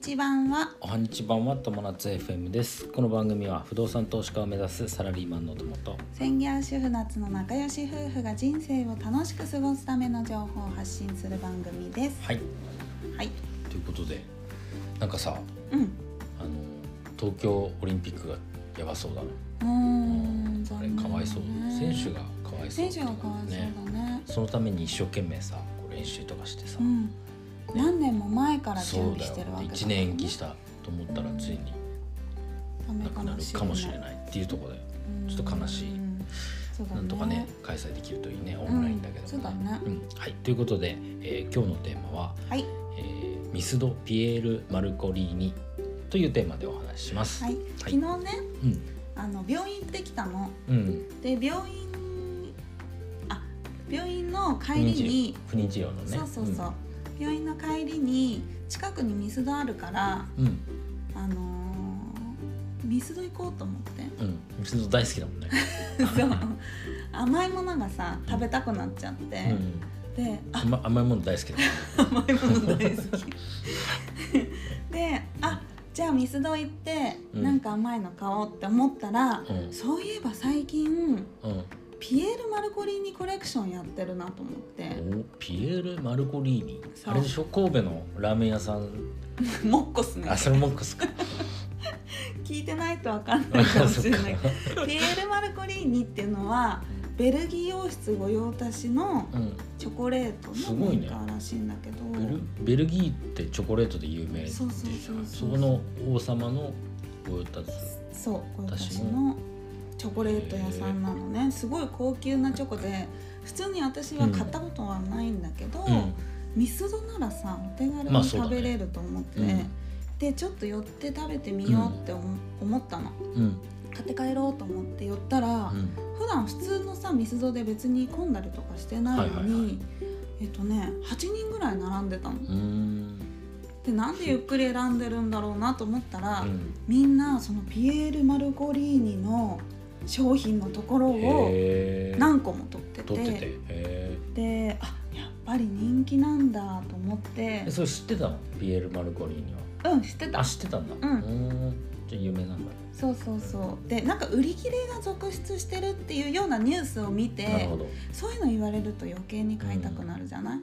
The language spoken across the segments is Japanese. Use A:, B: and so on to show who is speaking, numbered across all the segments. A: ち版は
B: おはにちばんは友達 FM ですこの番組は不動産投資家を目指すサラリーマンの友と
A: 専業主婦夏の仲良し夫婦が人生を楽しく過ごすための情報を発信する番組です
B: はい
A: はい
B: ということでなんかさ
A: うん
B: あの東京オリンピックがやばそうだな
A: うーん
B: あ
A: 残
B: れ
A: 念だ
B: か
A: ね
B: わいそう選手がかわいそ
A: 選
B: う
A: 手がかわいそうだね
B: そのために一生懸命さこう練習とかしてさ、
A: うん何年も前から準
B: そ
A: 備
B: うだよ
A: してるわけだからね
B: 1年延期したと思ったらついに
A: ダメ
B: なくなるかもしれないっていうところで
A: うん
B: ちょっと悲しい
A: うんそうだ
B: なんとかね開催できるといいねオンラインだけど
A: うんそうだね
B: んはいということで、えー今日のテーマは、
A: はい
B: えーミスドピエール・マルコリーニというテーマでお話しします。
A: はい昨日ね
B: うん
A: あの病院行ってきたの
B: うん
A: で病院あ病院の帰りに
B: 不妊治療のね。
A: そうそうそう、病院の帰りに近くにミスドあるから
B: うん。うん
A: あのーミスド行こうと思 って
B: うん、ミスド大好きだもんね。
A: そう甘いものがさ食べたくなっちゃって、
B: うん、
A: であ
B: 甘甘いもの大好きだもんね。
A: 甘いもの大好き であじゃあミスド行って、
B: うん
A: なんか甘いの買おうって思ったら、
B: うん
A: そういえば最近
B: うん、
A: ピエール・マルコリーニコレクションやってるなと思って
B: おピエール・マルコリーニ
A: そう
B: あれでしょ神戸のラーメン屋さん
A: もっこすね
B: あそれもっかすか
A: 聞いてないとわかんない かもしれ ない
B: そっ
A: ピエール・マルコリーニっていうのはベルギー王室御用達の
B: かうん
A: チョコレート
B: す
A: の
B: ごい
A: メ
B: ね
A: ーカーらしいんだけど、
B: ベルベルギーってチョコレートで有名で
A: そうそうそうそう
B: そこの王様のご用達
A: そう御用達
B: 私
A: の
B: も
A: チョコレート屋さんなのねすごい高級なチョコで普通に私は買ったことはないんだけど、
B: う
A: ミスドならさお手軽
B: まあ
A: に
B: そうだ
A: 食
B: ね
A: べれると思って、
B: うん
A: でちょっと寄って食べてみようって思,、思ったの
B: んうん
A: 買って帰ろうと思って寄ったら、
B: うん
A: 普段普通のさミスドで別に混んだりとかしてないのに、
B: はいはいはい
A: えっとね8人ぐらい並んでたの。
B: うーん
A: でなんでゆっくり選んでるんだろうなと思ったら、
B: うん
A: みんなそのピエール・マルゴリーニの商品のところを
B: へー
A: 何個も取ってて
B: 撮っててへえ
A: であやっぱり人気なんだと思って
B: それ知ってたのピエール・マルコリーニは
A: うん知ってた
B: あ知ってたんだ
A: うん
B: ーんじゃあ有名なんだ
A: そうそうそうでなんか売り切れが続出してるっていうようなニュースを見
B: なる
A: て
B: ほど
A: そういうの言われると余計に買いたくなるじゃない、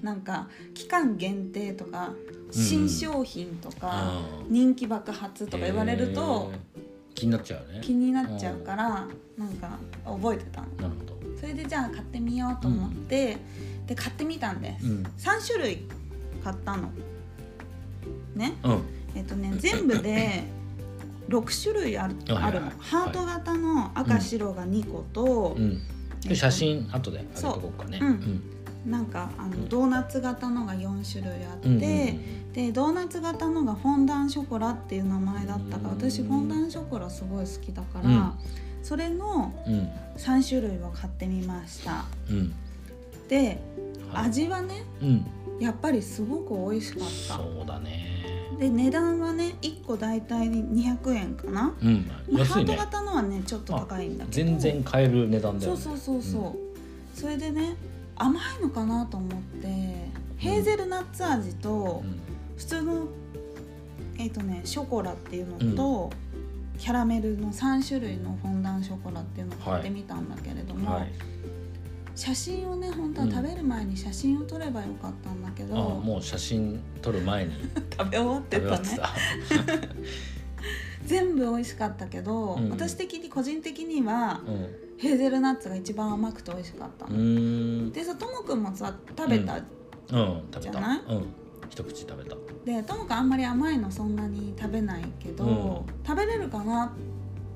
A: なんか期間限定とか新商品とか、
B: あー
A: 人気爆発とか言われると
B: へー気になっちゃうね
A: 気になっちゃうから、なんか覚えてたの
B: なるほど
A: それでじゃあ買ってみようと思って、で買ってみたんです、
B: うん
A: 3種類買ったのね
B: うん
A: えっとね全部で6種類ある
B: はいはい
A: あるのハート型の赤、
B: うん
A: 白が2個と、
B: うん
A: えっと
B: で写真後で上げとこうかね
A: そううん
B: ん
A: なんかあのドーナツ型のが4種類あって、
B: うん
A: でドーナツ型のがフォンダンショコラっていう名前だったから
B: うん
A: 私フォンダンショコラすごい好きだから、
B: うん
A: それの
B: うん
A: 3種類を買ってみました
B: うん
A: で
B: うんはい
A: 味はね
B: うん
A: やっぱりすごく美味しかっ
B: そうだね
A: たで値段はね1個大体200円かな、
B: うん
A: まあ、ハ
B: 安い
A: ート
B: ね
A: 型のはねちょっと高いんだけど
B: 全然買える値段だよ
A: そう
B: ね
A: そうそうそう、それでね甘いのかなと思ってヘーゼルナッツ味と
B: うん
A: 普通のえっ、とねショコラっていうのと、キャラメルの3種類のフォンダンショコラっていうのを買ってみたんだけれども、
B: はい
A: 写真をね本当は食べる前に写真を撮ればよかったんだけ
B: あ
A: ど、
B: もう写真撮る前に
A: 食べ終わって
B: 食べ終わ
A: た
B: っ
A: ね
B: てた
A: 全部美味しかったけど、
B: うん
A: 私的に個人的には
B: うん
A: ヘーゼルナッツが一番甘くて美味しかった
B: う
A: の、
B: ーん
A: でさともくんもさ食べた、
B: うん食べ
A: じ
B: た
A: ゃない
B: うん一口食べた
A: でともくんあんまり甘いのそんなに食べないけど、
B: うん
A: 食べれるかな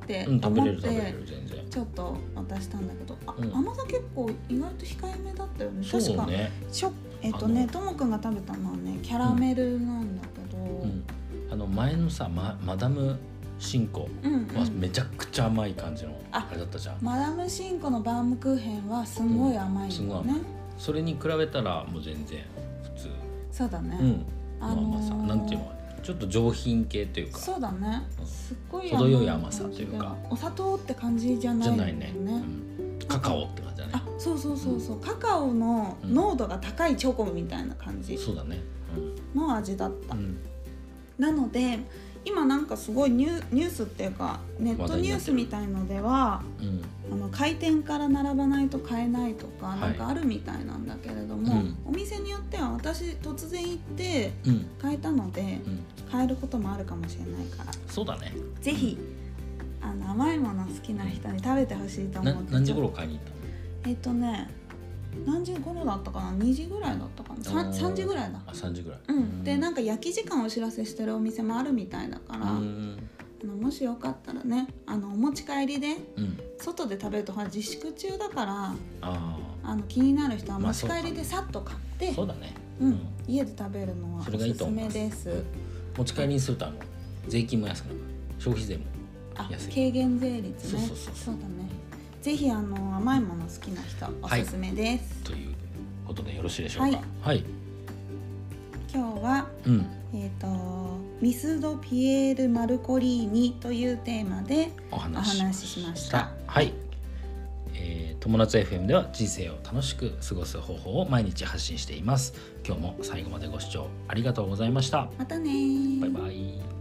A: って
B: うん食べ
A: 思
B: れ
A: っ
B: る食べれ
A: て
B: る全然
A: ちょっと渡したんだけど、あ
B: うん
A: 甘さ結構意外と控えめだったよね
B: そ
A: 確か
B: うね
A: しょえっとね
B: あの
A: ともくんが食べたのはねキャラメルなんだけど、う
B: うんんあの前のさまマダムシンコ
A: うん
B: はめちゃくちゃ甘い感じの
A: あ
B: あれだったじゃん
A: マダムシンコのバームクーヘンはすんごい甘い
B: うんす
A: んだ
B: ごい
A: よね
B: 甘、それに比べたらもう全然普通
A: そうだね、
B: うん
A: あ
B: まあ
A: のー
B: まあさなんていうのちょっと上品系というか
A: そうだね
B: うん
A: すっごい
B: 程よい甘さというか
A: お砂糖って感じじゃな
B: じ
A: い
B: ゃ
A: ん
B: な
A: だ
B: い
A: よ
B: ねうんカカオって感じだね
A: あそうそうそうそうカカオの濃度が高いチョコみたいな感じ
B: そうだね
A: の味だった、
B: うん
A: なので今なんかすごいニュニュースっていうかネットニュースみたいのでは
B: うん
A: あの開店から並ばないと買えないとか、
B: はい
A: なんかあるみたいなんだけれども、
B: うん
A: お店によっては私突然行って
B: うん
A: 買えたので
B: うん
A: 買えることもあるかもしれないから
B: そうだね
A: ぜひあの甘いもの好きな人に食べてほしいと思
B: な
A: って
B: 何時頃買いに行っ
A: えっ、とね何時頃だったかな2時ぐらいだったかな 3,
B: あー
A: 3時ぐらいだ
B: たのあ3時ぐらい
A: うん、でなんか焼き時間をお知らせしてるお店もあるみたいだから、
B: うん
A: あのもしよかったらねあのお持ち帰りで
B: うん
A: 外で食べるとほら自粛中だから
B: あ
A: あの気になる人は
B: まあ
A: 持ち帰りでさっと買って、
B: あそうだね
A: うん
B: うん
A: 家で食べるのは
B: それ
A: お
B: がいい
A: す
B: と
A: す
B: 思い
A: め
B: ます
A: です。
B: 持ち帰りにするとあの税金も安くなる消費税も
A: あ
B: 安い
A: 軽減税率ね
B: そうそうそう
A: だねぜひあの甘いもの好きな人おすすめです、
B: ということでよろしいでしょ
A: は
B: うか
A: い
B: はい
A: 今日は
B: うん
A: えっ、とミスドピエール・マルコリーニというテーマで
B: お
A: お
B: 話し
A: 話ししました
B: はい、えー、友達 FM では人生を楽しく過ごす方法を毎日発信しています今日も最後までご視聴ありがとうございました
A: またねー
B: バイバイ